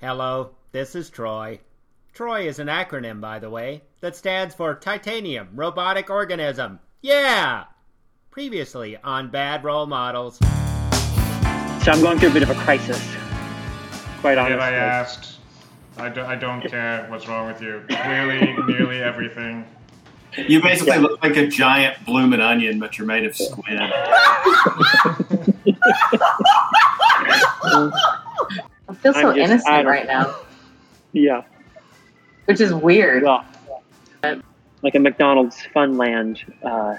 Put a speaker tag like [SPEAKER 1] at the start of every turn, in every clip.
[SPEAKER 1] Hello, this is Troy. Troy is an acronym, by the way, that stands for Titanium Robotic Organism. Yeah! Previously on Bad Role Models.
[SPEAKER 2] So I'm going through a bit of a crisis, quite honestly.
[SPEAKER 3] If I uh, asked, I, do, not care what's wrong with you. Clearly, nearly everything.
[SPEAKER 4] You basically look like a giant blooming onion, but you're made of squid.
[SPEAKER 5] I feel so
[SPEAKER 2] I'm just- I
[SPEAKER 5] innocent
[SPEAKER 2] don't-
[SPEAKER 5] right now,
[SPEAKER 2] yeah,
[SPEAKER 5] which is weird.
[SPEAKER 2] well, like a McDonald's Funland uh,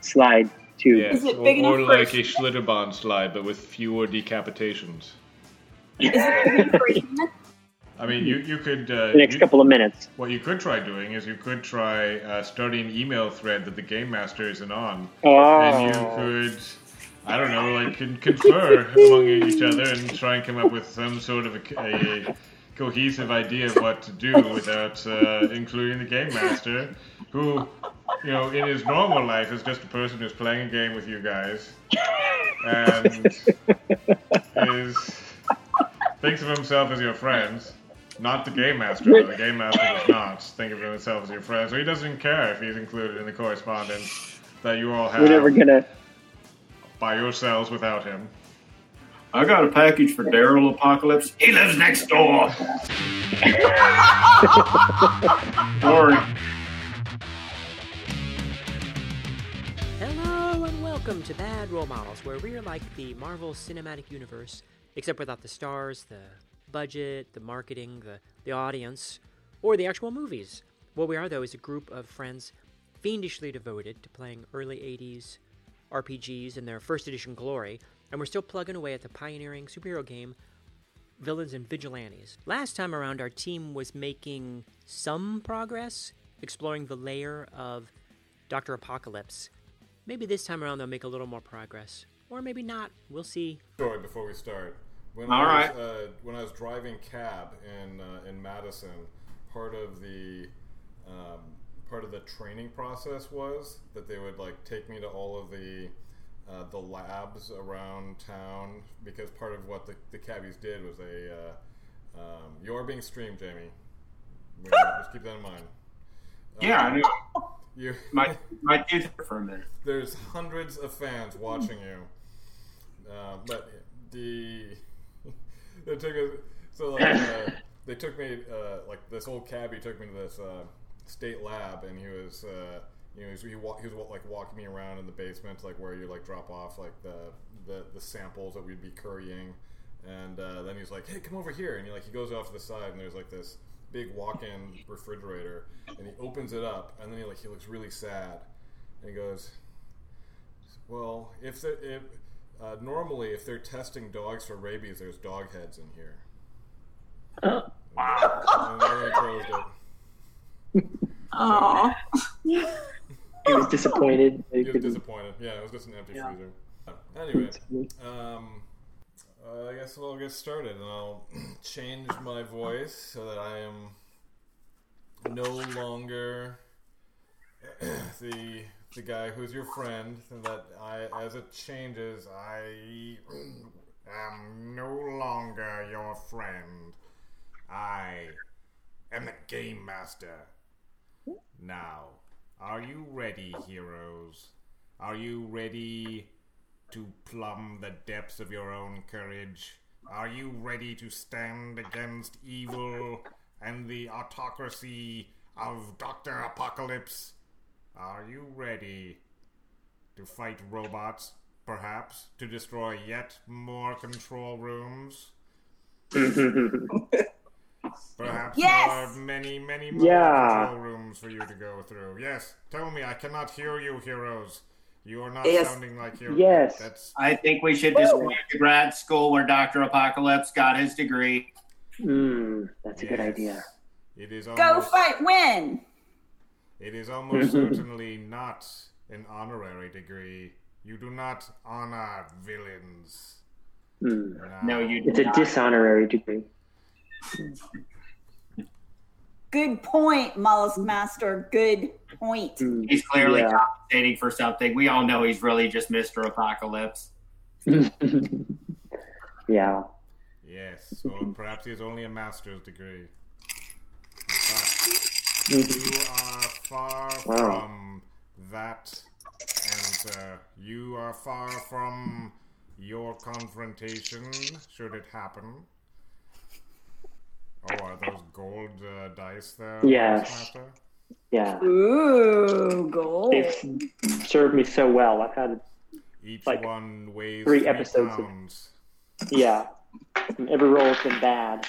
[SPEAKER 2] slide to
[SPEAKER 6] Yeah,
[SPEAKER 7] Is it
[SPEAKER 6] or,
[SPEAKER 7] big
[SPEAKER 6] or
[SPEAKER 7] enough for-
[SPEAKER 6] like a Schlitterbahn slide, but with fewer decapitations.
[SPEAKER 7] Is it for a human?
[SPEAKER 3] I mean, you, you could. Uh,
[SPEAKER 2] the next
[SPEAKER 3] you-
[SPEAKER 2] couple of minutes.
[SPEAKER 3] What you could try doing is you could try uh, starting an email thread that the game master isn't on, and you
[SPEAKER 2] Oh,
[SPEAKER 3] could, I don't know, like con- confer among each other and try and come up with some sort of a, c- a cohesive idea of what to do without uh, including the game master, who, you know, in his normal life is just a person who's playing a game with you guys, and is thinks of himself as your friends. Not the game master. Though. The game master does not think of himself as your friend, so he doesn't care if he's included in the correspondence that you all have
[SPEAKER 2] we're never gonna.
[SPEAKER 3] by yourselves without him.
[SPEAKER 4] I got a package for Daryl Apocalypse. He lives next door. Sorry.
[SPEAKER 8] Hello and welcome to Bad Role Models, where we're like the Marvel Cinematic Universe, except without the stars, the budget, the marketing, the, the audience, or the actual movies. What we are, though, is a group of friends fiendishly devoted to playing early 80s RPGs in their first edition glory, and we're still plugging away at the pioneering superhero game villains and vigilantes. Last time around, our team was making some progress exploring the layer of Dr. Apocalypse. Maybe this time around they'll make a little more progress. Or maybe not. We'll see.
[SPEAKER 9] story before we start. When
[SPEAKER 4] All
[SPEAKER 9] I
[SPEAKER 4] right.
[SPEAKER 9] was, uh, when I was driving cab in uh, in Madison, part of the um, part of the training process was that they would like take me to all of the uh, the labs around town because part of what the, the cabbies did was they uh, um, you're being streamed, Jamie. We- Just keep that in mind.
[SPEAKER 4] Yeah, I knew.
[SPEAKER 9] You,
[SPEAKER 4] My my teeth hurt for a minute.
[SPEAKER 9] there's hundreds of fans watching you. Uh, but the they took us so like uh, they took me uh, like this old cabbie took me to this uh, state lab and he was uh, you know he was, he, wa- he was wa- like walking me around in the basement like where you like drop off like the the, the samples that we'd be currying and uh, then he's like hey come over here and he like he goes off to the side and there's like this big walk-in refrigerator and he opens it up and then he like he looks really sad and he goes well, if the, if uh, normally if they're testing dogs for rabies, there's dog heads in here. wow. And then they closed it.
[SPEAKER 7] Oh,
[SPEAKER 2] He was disappointed. They
[SPEAKER 9] He was
[SPEAKER 2] couldn't-
[SPEAKER 9] disappointed. Yeah, it was just an empty
[SPEAKER 2] Yeah.
[SPEAKER 9] freezer. Anyway, um, uh, I guess we'll get started, and I'll change my voice so that I am no longer the the guy who's your friend, and that I, as it changes, I am no longer your friend. I am the game master. Now, are you ready, heroes? Are you ready to plumb the depths of your own courage? Are you ready to stand against evil and the autocracy of Dr. Apocalypse? Are you ready to fight robots, perhaps, to destroy yet more control rooms? Perhaps
[SPEAKER 7] Yes!
[SPEAKER 9] there are many, many more
[SPEAKER 2] Yeah.
[SPEAKER 9] control rooms for you to go through. Yes, tell me, I cannot hear you, heroes. You are not
[SPEAKER 7] Yes.
[SPEAKER 9] sounding like heroes.
[SPEAKER 2] Yes.
[SPEAKER 9] That's
[SPEAKER 4] I think we should just go to grad school where Doctor Apocalypse got his degree.
[SPEAKER 2] Mm, that's a good
[SPEAKER 9] Yes.
[SPEAKER 2] idea.
[SPEAKER 9] It is almost,
[SPEAKER 7] go fight, win.
[SPEAKER 9] It is almost certainly not an honorary degree. You do not honor villains.
[SPEAKER 2] Mm.
[SPEAKER 4] No, you
[SPEAKER 2] It's a dishonorary degree.
[SPEAKER 7] Good point, Mollusk Master. Good point.
[SPEAKER 2] Mm.
[SPEAKER 4] He's clearly
[SPEAKER 2] Yeah.
[SPEAKER 4] compensating for something. We all know he's really just Mr. Apocalypse.
[SPEAKER 2] yeah.
[SPEAKER 9] Yes, or perhaps he has only a master's degree. But
[SPEAKER 2] Mhm.
[SPEAKER 9] you are far
[SPEAKER 2] Wow.
[SPEAKER 9] from that answer. You are far from your confrontation, should it happen. Oh, are those gold uh, dice there?
[SPEAKER 2] Yes.
[SPEAKER 9] Master?
[SPEAKER 2] Yeah,
[SPEAKER 7] Ooh, gold.
[SPEAKER 2] they've served me so well. I've had
[SPEAKER 9] Each
[SPEAKER 2] Like,
[SPEAKER 9] one weighs
[SPEAKER 2] three
[SPEAKER 9] three,
[SPEAKER 2] episodes of-
[SPEAKER 9] pounds.
[SPEAKER 2] yeah, every roll has been bad.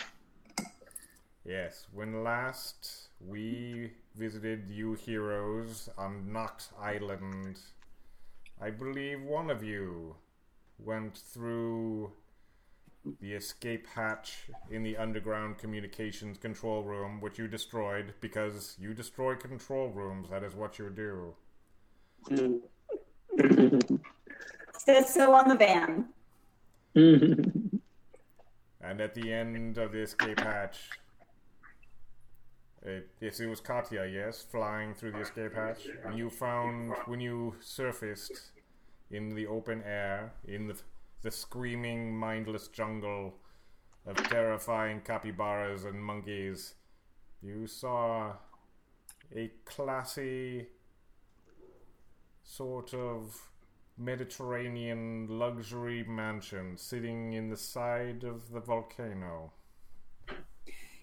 [SPEAKER 9] Yes, when last we visited you heroes on Nox Island, I believe one of you went through the escape hatch in the underground communications control room, which you destroyed because you destroy control rooms. That is what you do.
[SPEAKER 2] Hmm.
[SPEAKER 7] Says so on the van.
[SPEAKER 9] And at the end of the escape hatch, it, yes, it was Katya, yes, flying through the escape hatch. And you found when you surfaced in the open air, in the, the screaming, mindless jungle of terrifying capybaras and monkeys, you saw a classy sort of Mediterranean luxury mansion sitting in the side of the volcano.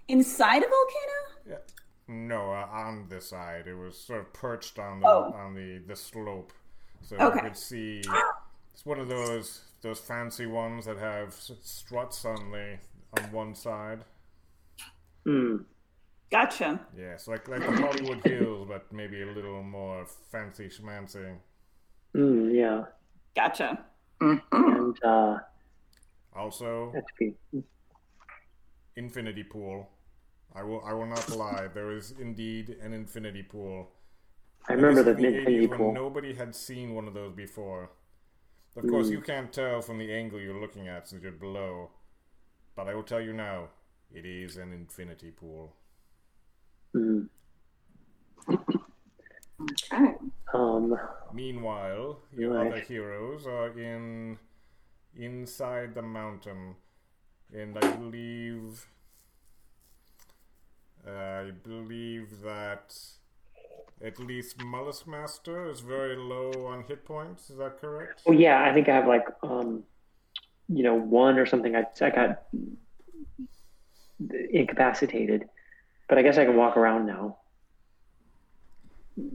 [SPEAKER 7] Inside a volcano?
[SPEAKER 9] Yeah. No, uh, on the side. It was sort of perched on the
[SPEAKER 7] Oh.
[SPEAKER 9] on the, the slope, so
[SPEAKER 7] Okay.
[SPEAKER 9] you could see. It's one of those those fancy ones that have s- struts on the on one side.
[SPEAKER 2] Hmm.
[SPEAKER 7] Gotcha.
[SPEAKER 9] Yes, like like the Hollywood Hills, but maybe a little more fancy schmancy.
[SPEAKER 2] Mm, yeah,
[SPEAKER 7] Gotcha.
[SPEAKER 2] and uh,
[SPEAKER 9] Also,
[SPEAKER 2] that's good.
[SPEAKER 9] infinity pool. I will I will not lie. There is indeed an infinity pool.
[SPEAKER 2] I remember the
[SPEAKER 9] This is the
[SPEAKER 2] infinity
[SPEAKER 9] 80s when
[SPEAKER 2] pool.
[SPEAKER 9] Nobody had seen one of those before. Of course,
[SPEAKER 2] Mm.
[SPEAKER 9] you can't tell from the angle you're looking at since you're below. But I will tell you now, it is an infinity pool.
[SPEAKER 2] Mm.
[SPEAKER 7] Okay.
[SPEAKER 2] Um,
[SPEAKER 9] Meanwhile, your
[SPEAKER 2] Right.
[SPEAKER 9] other heroes are in inside the mountain, and I believe I believe that at least Mullus Master is very low on hit points. Is that correct?
[SPEAKER 2] well, yeah, I think I have like um, you know, one or something. I I got incapacitated, but I guess I can walk around now.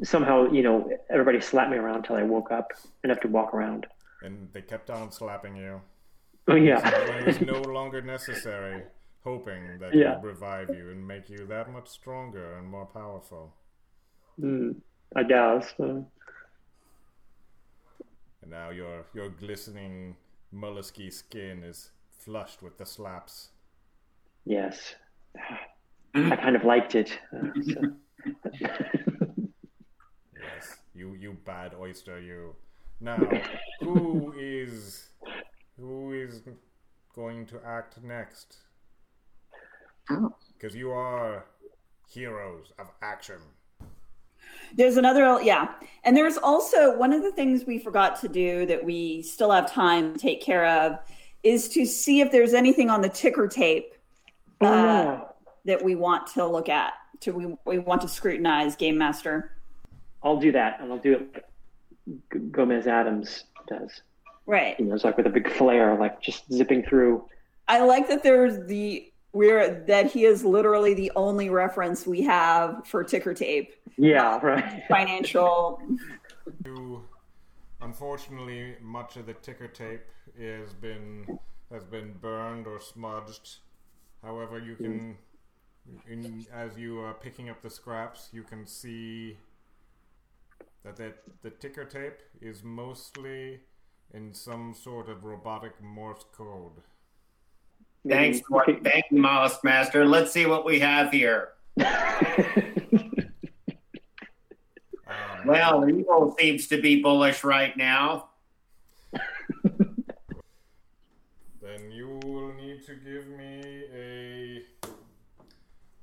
[SPEAKER 2] Somehow, you know, everybody slapped me around until I woke up enough to walk around.
[SPEAKER 9] And they kept on slapping you.
[SPEAKER 2] Oh
[SPEAKER 9] when it
[SPEAKER 2] yeah,
[SPEAKER 9] was no longer necessary, hoping that
[SPEAKER 2] Yeah.
[SPEAKER 9] it would revive you and make you that much stronger and more powerful.
[SPEAKER 2] mm, I guess. uh,
[SPEAKER 9] And now your your glistening mollusky skin is flushed with the slaps.
[SPEAKER 2] yes, I kind of liked it. Uh, so.
[SPEAKER 9] Yes, you you bad oyster, you. Now, who is who is going to act next? Because you are heroes of action.
[SPEAKER 7] There's another, yeah. And there's also one of the things we forgot to do that we still have time to take care of is to see if there's anything on the ticker tape
[SPEAKER 2] Oh,
[SPEAKER 7] uh,
[SPEAKER 2] yeah.
[SPEAKER 7] that we want to look at. To we, we want to scrutinize Game Master.
[SPEAKER 2] I'll do that, and I'll do it like G- Gomez Adams does.
[SPEAKER 7] Right.
[SPEAKER 2] You know, it's like with a big flare, like just zipping through.
[SPEAKER 7] I like that there's the we're that he is literally the only reference we have for ticker tape
[SPEAKER 2] Yeah, right.
[SPEAKER 7] financial.
[SPEAKER 9] You, unfortunately, much of the ticker tape is been has been burned or smudged. However, you can, in, as you are picking up the scraps, you can see that the, the ticker tape is mostly in some sort of robotic Morse code.
[SPEAKER 4] Thanks,
[SPEAKER 2] Maybe-
[SPEAKER 4] for, thank you, Mollusk Master. Let's see what we have here.
[SPEAKER 9] Um,
[SPEAKER 4] Well, evil seems to be bullish right now.
[SPEAKER 9] Then you will need to give me a.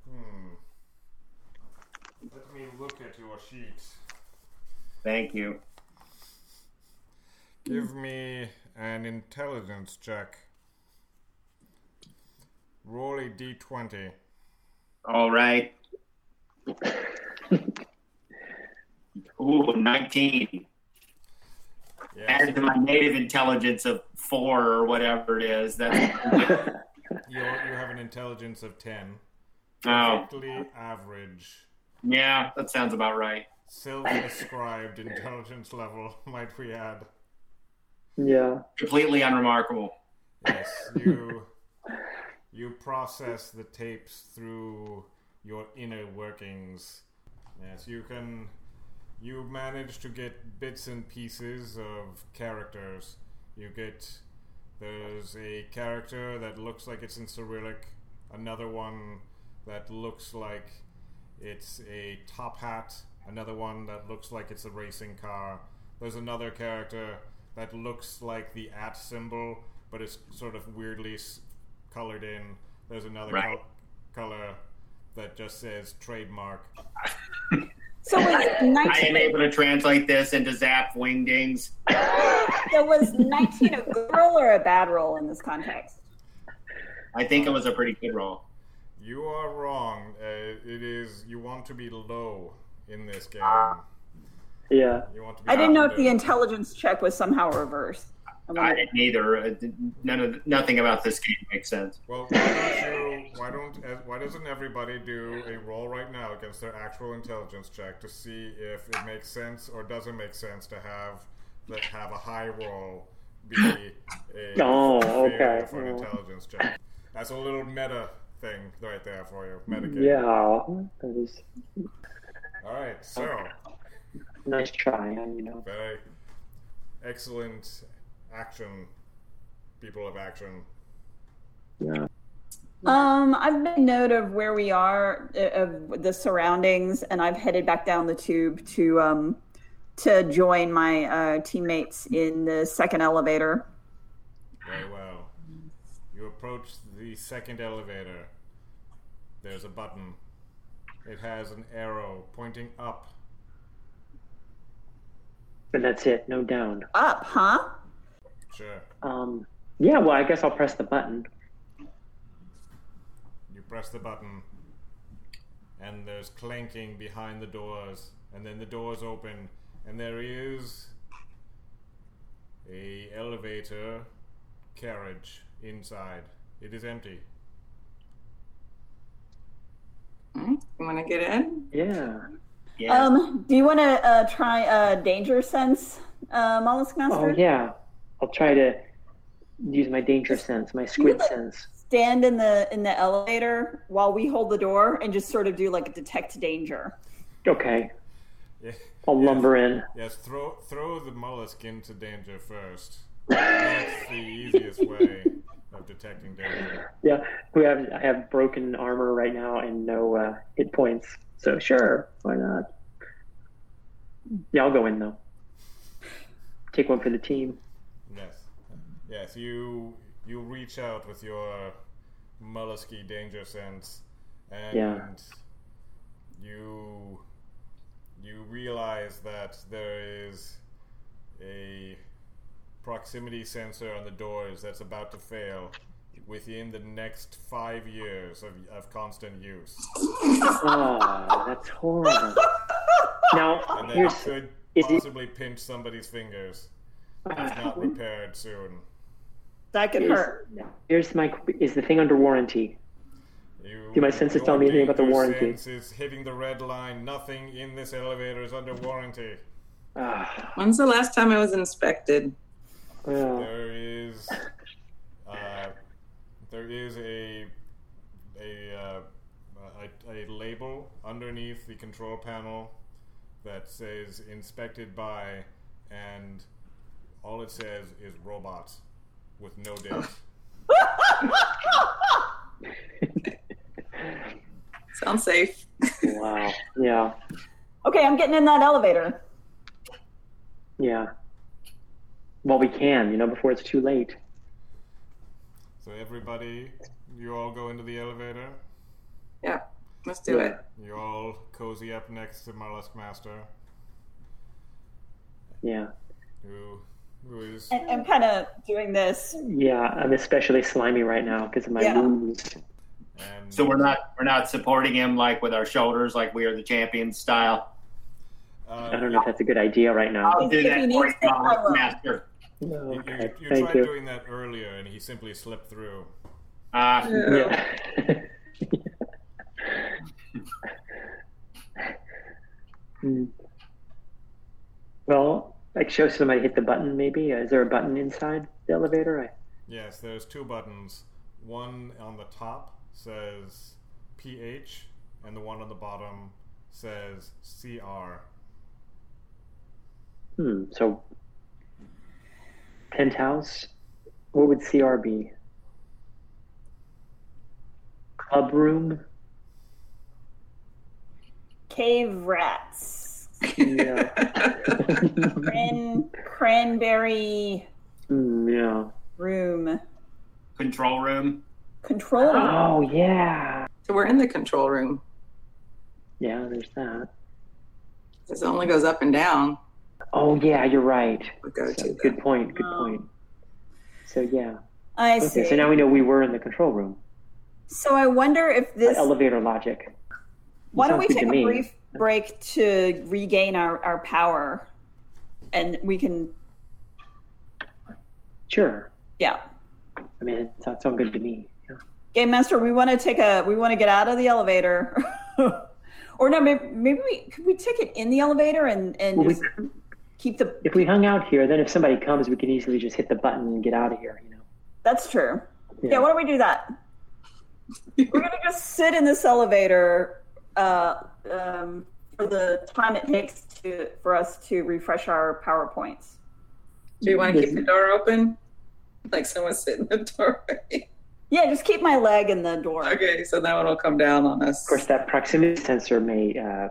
[SPEAKER 9] Hmm. Let me look at your sheet.
[SPEAKER 4] Thank you.
[SPEAKER 9] Give me an intelligence check. Roll a d20.
[SPEAKER 4] All right. Ooh, 19. Added to my native intelligence of four or whatever it is. That's
[SPEAKER 9] You, you have an intelligence of 10.
[SPEAKER 4] Oh.
[SPEAKER 9] Perfectly average.
[SPEAKER 4] yeah, that sounds about right.
[SPEAKER 9] Self-described intelligence level, might we add.
[SPEAKER 2] Yeah.
[SPEAKER 4] Completely unremarkable.
[SPEAKER 9] Yes, you you process the tapes through your inner workings. Yes, you can you manage to get bits and pieces of characters. You get there's a character that looks like it's in Cyrillic, another one that looks like it's a top hat, another one that looks like it's a racing car. There's another character that looks like the at symbol, but it's sort of weirdly s- colored in. There's another
[SPEAKER 4] Right.
[SPEAKER 9] col- color that just says trademark.
[SPEAKER 7] So was
[SPEAKER 4] I am
[SPEAKER 7] 19,
[SPEAKER 4] able to translate this into Zap Wingdings.
[SPEAKER 7] so was 19 a good roll or a bad roll in this context?
[SPEAKER 4] I think it was a pretty good roll.
[SPEAKER 9] You are wrong. Uh, it is you want to be low in this game.
[SPEAKER 2] Yeah.
[SPEAKER 9] You want to be
[SPEAKER 7] I didn't know if
[SPEAKER 9] under.
[SPEAKER 7] the intelligence check was somehow reversed. I
[SPEAKER 4] I
[SPEAKER 7] wondered-
[SPEAKER 4] didn't either. It did- None of nothing about this game makes sense.
[SPEAKER 9] Well, why don't you? Why don't? eh, Why doesn't everybody do a roll right now against their actual intelligence check to see if it makes sense or doesn't make sense to have that have a high roll be a
[SPEAKER 2] Oh,
[SPEAKER 9] failure
[SPEAKER 2] okay.
[SPEAKER 9] for an
[SPEAKER 2] Yeah.
[SPEAKER 9] intelligence check. That's a little meta thing right there for you. Meta game.
[SPEAKER 2] Yeah. That is
[SPEAKER 9] All right. So.
[SPEAKER 2] nice try, you know.
[SPEAKER 9] Very excellent action, people of action.
[SPEAKER 2] Yeah.
[SPEAKER 7] Um, I've made note of where we are uh, of the surroundings, and I've headed back down the tube to um to join my uh, teammates in the second elevator.
[SPEAKER 9] Very well. You approach the second elevator. There's a button. It has an arrow pointing up.
[SPEAKER 2] But that's it, no down.
[SPEAKER 7] Up, huh?
[SPEAKER 9] Sure.
[SPEAKER 2] Um yeah, well I guess I'll press the button.
[SPEAKER 9] You press the button, and there's clanking behind the doors, and then the doors open, and there is a elevator carriage inside. It is empty.
[SPEAKER 10] You want to get in?
[SPEAKER 2] Yeah.
[SPEAKER 4] Yeah.
[SPEAKER 7] Um, do you want to uh, try uh, danger sense, uh, mollusk
[SPEAKER 2] Oh
[SPEAKER 7] master?
[SPEAKER 2] yeah. I'll try to use my danger sense, my squid
[SPEAKER 7] Yeah.
[SPEAKER 2] sense.
[SPEAKER 7] Stand in the in the elevator while we hold the door and just sort of do like a detect danger.
[SPEAKER 2] Okay.
[SPEAKER 9] Yeah.
[SPEAKER 2] I'll lumber in.
[SPEAKER 9] Yes, throw throw the mollusk into danger first. That's the easiest way of detecting danger.
[SPEAKER 2] Yeah. We have I have broken armor right now and no uh, hit points. So sure, why not? Yeah, I'll go in though. Take one for the team.
[SPEAKER 9] Yes, yes. You you reach out with your mollusky danger sense, and
[SPEAKER 2] Yeah.
[SPEAKER 9] you you realize that there is a proximity sensor on the doors that's about to fail within the next five years of, of constant use.
[SPEAKER 2] Oh, that's horrible. Now
[SPEAKER 9] and
[SPEAKER 2] here's
[SPEAKER 9] that could
[SPEAKER 2] is it-
[SPEAKER 9] possibly pinch somebody's fingers
[SPEAKER 2] uh,
[SPEAKER 9] if
[SPEAKER 2] Uh-huh.
[SPEAKER 9] not repaired soon.
[SPEAKER 7] That could
[SPEAKER 2] Yes.
[SPEAKER 7] hurt.
[SPEAKER 2] here's my is the thing under warranty.
[SPEAKER 9] You,
[SPEAKER 2] Do my senses tell me anything about the
[SPEAKER 9] your
[SPEAKER 2] warranty?
[SPEAKER 9] sense is hitting the red line. Nothing in this elevator is under warranty.
[SPEAKER 2] Ah, oh,
[SPEAKER 10] When's the last time I was inspected?
[SPEAKER 2] well,
[SPEAKER 9] There is, uh, there is a a, uh, a a label underneath the control panel that says "inspected by," and all it says is "robots" with no date.
[SPEAKER 10] Sounds safe.
[SPEAKER 2] wow. Yeah.
[SPEAKER 7] Okay, I'm getting in that elevator.
[SPEAKER 2] Yeah. Well, we can, you know, before it's too late.
[SPEAKER 9] So everybody, you all go into the elevator.
[SPEAKER 10] Yeah, let's do it.
[SPEAKER 9] You all cozy up next to Mollusk Master,
[SPEAKER 2] Yeah.
[SPEAKER 9] who who is
[SPEAKER 7] And I'm kind of doing this
[SPEAKER 2] Yeah, I'm especially slimy right now because of my
[SPEAKER 7] Yeah.
[SPEAKER 2] wounds.
[SPEAKER 9] And
[SPEAKER 4] So we're not we're not supporting him like with our shoulders, like we are the champions style.
[SPEAKER 9] Uh,
[SPEAKER 2] I don't know if that's a good idea right now.
[SPEAKER 4] I'll do
[SPEAKER 7] If he
[SPEAKER 4] that for you,
[SPEAKER 7] needs to, I will.
[SPEAKER 4] master.
[SPEAKER 2] No,
[SPEAKER 9] you,
[SPEAKER 2] okay.
[SPEAKER 9] you, you
[SPEAKER 2] Thank
[SPEAKER 9] tried
[SPEAKER 2] you.
[SPEAKER 9] doing that earlier, and he simply slipped through.
[SPEAKER 4] Ah,
[SPEAKER 2] Yeah. Hmm. well, like show somebody hit the button. Maybe is there a button inside the elevator? I,
[SPEAKER 9] Yes, there's two buttons. One on the top says pH, and the one on the bottom says CR.
[SPEAKER 2] hmm. So penthouse. What would CR be? Club room.
[SPEAKER 7] Cave rats.
[SPEAKER 2] Yeah.
[SPEAKER 7] Cran- cranberry
[SPEAKER 2] Hmm, yeah.
[SPEAKER 7] room.
[SPEAKER 4] control room.
[SPEAKER 7] Control room.
[SPEAKER 2] Oh yeah.
[SPEAKER 10] so we're in the control room.
[SPEAKER 2] Yeah. There's that.
[SPEAKER 10] This only goes up and down.
[SPEAKER 2] Oh yeah. You're right.
[SPEAKER 10] We go
[SPEAKER 2] So,
[SPEAKER 10] to the-
[SPEAKER 2] good point. Good
[SPEAKER 7] Oh.
[SPEAKER 2] point. So yeah.
[SPEAKER 7] I see.
[SPEAKER 2] Okay, so now we know we were in the control room.
[SPEAKER 7] So I wonder if this.
[SPEAKER 2] Elevator logic.
[SPEAKER 7] Why don't we
[SPEAKER 2] sounds good
[SPEAKER 7] take
[SPEAKER 2] to
[SPEAKER 7] a
[SPEAKER 2] me.
[SPEAKER 7] brief break to regain our, our power? And we can,
[SPEAKER 2] Sure.
[SPEAKER 7] yeah.
[SPEAKER 2] I mean, it sounds so good to me. Yeah.
[SPEAKER 7] Game Master, we want to take a, we want to get out of the elevator. or no, maybe, maybe we, could we take it in the elevator and, and
[SPEAKER 2] Well, we-
[SPEAKER 7] just keep the,
[SPEAKER 2] If we hung out here, then if somebody comes, we can easily just hit the button and get out of here. You know.
[SPEAKER 7] that's true. Yeah, why don't we do that? We're going to just sit in this elevator uh, um, for the time it takes to, for us to refresh our PowerPoints.
[SPEAKER 10] Do you want to keep
[SPEAKER 2] Yes.
[SPEAKER 10] the door open? Like someone's sitting in the doorway.
[SPEAKER 7] Yeah, just keep my leg in the door.
[SPEAKER 10] okay, so that one will come down on us.
[SPEAKER 2] Of course, that proximity sensor may uh,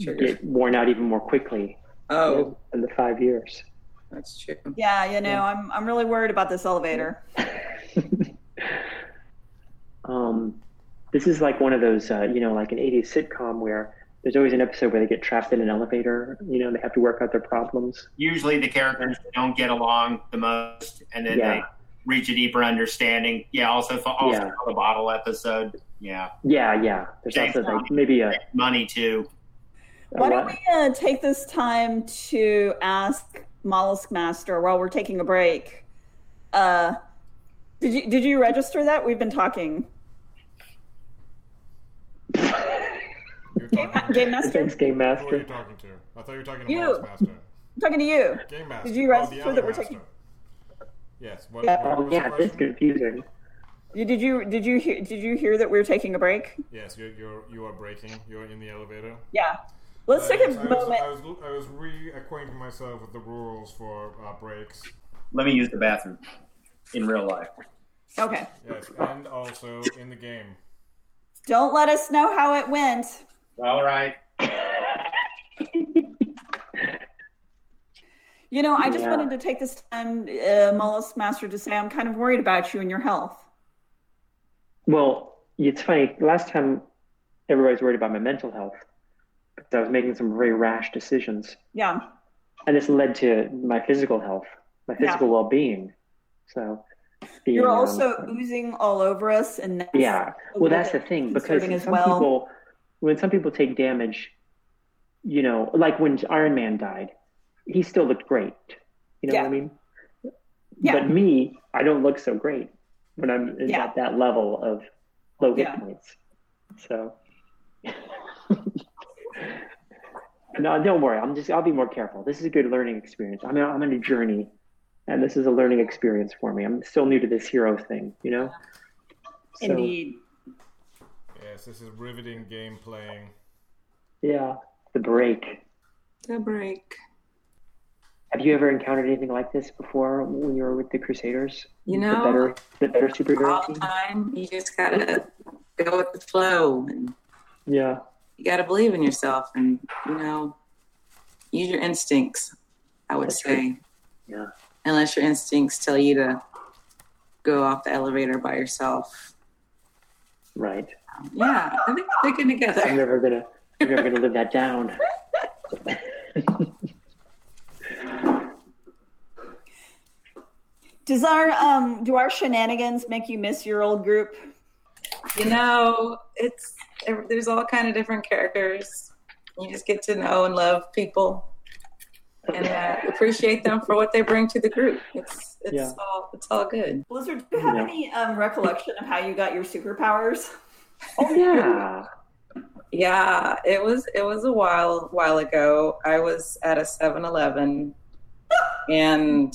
[SPEAKER 10] Trigger.
[SPEAKER 2] get worn out even more quickly
[SPEAKER 10] Oh,
[SPEAKER 2] in the five years.
[SPEAKER 10] that's true.
[SPEAKER 7] Yeah, you know,
[SPEAKER 2] Yeah.
[SPEAKER 7] I'm I'm really worried about this elevator.
[SPEAKER 2] um, this is like one of those, uh, you know, like an 80s sitcom where there's always an episode where they get trapped in an elevator. You know, they have to work out their problems.
[SPEAKER 4] Usually the characters don't get along the most, and then they
[SPEAKER 2] Yeah.
[SPEAKER 4] reach a deeper understanding. Yeah, also for also
[SPEAKER 2] Yeah.
[SPEAKER 4] the bottle episode. Yeah,
[SPEAKER 2] Yeah, yeah. There's
[SPEAKER 4] James
[SPEAKER 2] also like maybe a,
[SPEAKER 4] money too.
[SPEAKER 2] a
[SPEAKER 7] Why
[SPEAKER 2] lot-
[SPEAKER 7] don't we uh, take this time to ask Mollusk Master while we're taking a break? Uh, did you did you register that we've been talking?
[SPEAKER 9] You're talking
[SPEAKER 7] Game
[SPEAKER 9] to,
[SPEAKER 7] Master,
[SPEAKER 2] Thanks, Game
[SPEAKER 9] who are you
[SPEAKER 2] Master.
[SPEAKER 9] talking to? I thought you were talking to
[SPEAKER 7] You.
[SPEAKER 9] Boss Master.
[SPEAKER 7] I'm talking to you.
[SPEAKER 9] Game Master.
[SPEAKER 7] you
[SPEAKER 9] Oh,
[SPEAKER 7] register
[SPEAKER 9] the
[SPEAKER 7] that
[SPEAKER 9] other
[SPEAKER 7] we're taking-
[SPEAKER 9] master. Yes. What,
[SPEAKER 7] Yeah.
[SPEAKER 9] what
[SPEAKER 2] Oh
[SPEAKER 9] was the
[SPEAKER 2] yeah, it's
[SPEAKER 9] question?
[SPEAKER 2] confusing.
[SPEAKER 7] You, did you did you hear did you hear that we were taking a break?
[SPEAKER 9] Yes, you're, you're you are breaking. You're in the elevator.
[SPEAKER 7] Yeah. Let's
[SPEAKER 9] Uh,
[SPEAKER 7] take
[SPEAKER 9] yes,
[SPEAKER 7] a
[SPEAKER 9] I was,
[SPEAKER 7] moment.
[SPEAKER 9] I was, I was reacquainting myself with the rules for uh, breaks.
[SPEAKER 4] Let me use the bathroom in real life.
[SPEAKER 7] Okay.
[SPEAKER 9] Yes, and also in the game.
[SPEAKER 7] Don't let us know how it went.
[SPEAKER 4] All right.
[SPEAKER 7] You know, I just
[SPEAKER 2] Yeah.
[SPEAKER 7] wanted to take this time, uh, Mollusk Master, to say I'm kind of worried about you and your health.
[SPEAKER 2] Well, it's funny. Last time, everybody's worried about my mental health because I was making some very rash decisions,
[SPEAKER 7] Yeah.
[SPEAKER 2] and this led to my physical health, my
[SPEAKER 7] Yeah.
[SPEAKER 2] physical well-being. So, being,
[SPEAKER 7] You're
[SPEAKER 2] um,
[SPEAKER 7] also oozing all over us, and that's
[SPEAKER 2] yeah.
[SPEAKER 7] a
[SPEAKER 2] Well,
[SPEAKER 7] little
[SPEAKER 2] that's the
[SPEAKER 7] bit
[SPEAKER 2] thing because
[SPEAKER 7] concerning
[SPEAKER 2] some
[SPEAKER 7] as well.
[SPEAKER 2] people, when some people take damage, you know, like when Iron Man died, he still looked great. You know
[SPEAKER 7] Yeah.
[SPEAKER 2] what I mean?
[SPEAKER 7] Yeah.
[SPEAKER 2] But me, I don't look so great when I'm
[SPEAKER 7] Yeah.
[SPEAKER 2] at that level of low hit
[SPEAKER 7] Yeah.
[SPEAKER 2] points. So. No, don't worry. I'm just. I'll be more careful. This is a good learning experience. I'm. I'm on a journey, and this is a learning experience for me. I'm still new to this hero thing. You know. So,
[SPEAKER 7] Indeed.
[SPEAKER 9] Yes, this is riveting game playing.
[SPEAKER 2] Yeah. The break.
[SPEAKER 10] The break.
[SPEAKER 2] Have you ever encountered anything like this before when you were with the Crusaders?
[SPEAKER 10] You
[SPEAKER 2] the
[SPEAKER 10] know,
[SPEAKER 2] better, the better
[SPEAKER 10] all
[SPEAKER 2] superhero
[SPEAKER 10] the
[SPEAKER 2] team.
[SPEAKER 10] time. You just gotta go with the flow, and
[SPEAKER 2] Yeah.
[SPEAKER 10] you gotta believe in yourself, and you know, use your instincts. I would
[SPEAKER 2] That's
[SPEAKER 10] say,
[SPEAKER 2] Yeah.
[SPEAKER 10] unless your instincts tell you to go off the elevator by yourself. Um,
[SPEAKER 2] Right.
[SPEAKER 10] Yeah, I think they're sticking
[SPEAKER 2] I'm
[SPEAKER 10] together.
[SPEAKER 2] never gonna. I'm never gonna live that down.
[SPEAKER 7] Does our um do our shenanigans make you miss your old group?
[SPEAKER 10] you know, it's there's all kind of different characters. You just get to know and love people, and uh, appreciate them for what they bring to the group. It's it's
[SPEAKER 7] Yeah.
[SPEAKER 10] all it's all good.
[SPEAKER 7] Blizzard, do you have
[SPEAKER 10] Yeah.
[SPEAKER 7] any um, recollection of how you got your superpowers?
[SPEAKER 10] Oh yeah. Yeah, it was it was a while while ago. I was at a 7-Eleven and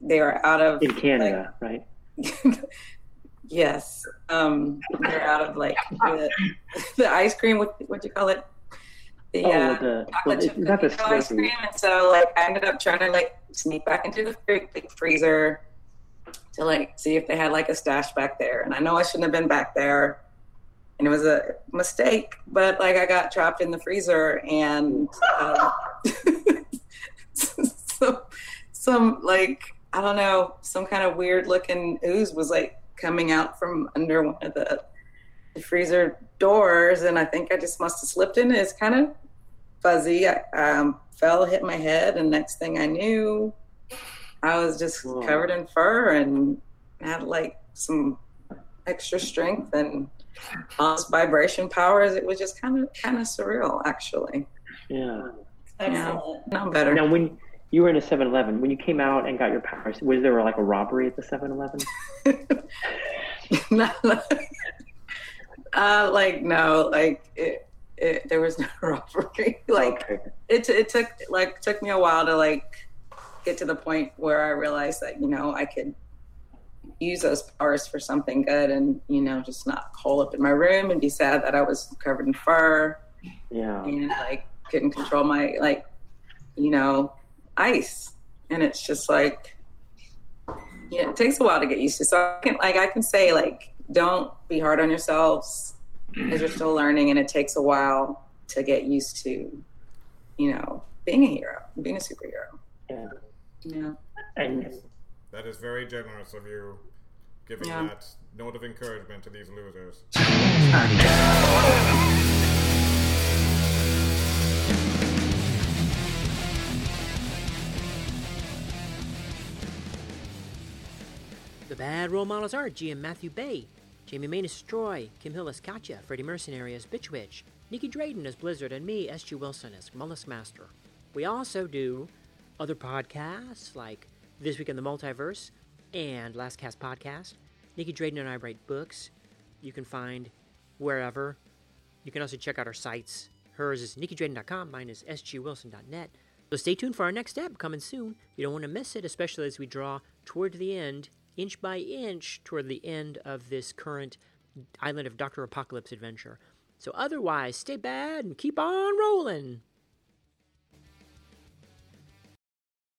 [SPEAKER 10] they were out of
[SPEAKER 2] in Canada, right?
[SPEAKER 10] Yes. Um, they're out of like the, the ice cream. What what do you call it? The,
[SPEAKER 2] Oh,
[SPEAKER 10] uh,
[SPEAKER 2] the-
[SPEAKER 10] chocolate
[SPEAKER 2] well, it's
[SPEAKER 10] chip
[SPEAKER 2] not the
[SPEAKER 10] cookie dough ice
[SPEAKER 2] slurpee.
[SPEAKER 10] cream. And so like I ended up trying to like sneak back into the fr- like, freezer to like see if they had like a stash back there. And I know I shouldn't have been back there, and it was a mistake. But like I got trapped in the freezer and. Um, so some like I don't know, some kind of weird looking ooze was like coming out from under one of the, the freezer doors, and I think I just must have slipped in. it. It's kind of fuzzy. I um, fell, hit my head, and next thing I knew, I was just covered in fur and had like some extra strength and lost vibration powers. It was just kind of kind of surreal, actually.
[SPEAKER 2] Yeah.
[SPEAKER 10] Excellent. Yeah, I'm better.
[SPEAKER 2] Now, when you were in a 7 Eleven, when you came out and got your powers, was there like a robbery at the 7 Eleven?
[SPEAKER 10] Uh, like no, like it, it, there was no robbery. Like it, it took like took me a while to like get to the point where I realized that you know I could use those powers for something good, and you know just not hole up in my room and be sad that I was covered in fur
[SPEAKER 2] Yeah.
[SPEAKER 10] and like couldn't control my like you know ice, and it's just like yeah, it takes a while to get used to. So I can like I can say like don't be hard on yourselves because you're still learning and it takes a while to get used to, you know, being a hero, being a superhero.
[SPEAKER 2] Yeah.
[SPEAKER 10] Yeah.
[SPEAKER 9] That is very generous of you, giving
[SPEAKER 10] Yeah.
[SPEAKER 9] that note of encouragement to these losers.
[SPEAKER 8] The bad role models are GM Matthew Bay, Jamie Main as Troy, Kim Hill as Katya, Freddie Mercenary as Bitch Witch, Nikki Drayden as Blizzard, and me, S.G. Wilson, as Mullis Master. We also do other podcasts like This Week in the Multiverse and Last Cast Podcast. Nikki Drayden and I write books you can find wherever. You can also check out our sites. Hers is nikkidraden.com, mine is sgwilson.net. So stay tuned for our next step coming soon. You don't want to miss it, especially as we draw toward the end, inch by inch, toward the end of this current Island of Dr. Apocalypse adventure. So otherwise, stay bad and keep on rolling.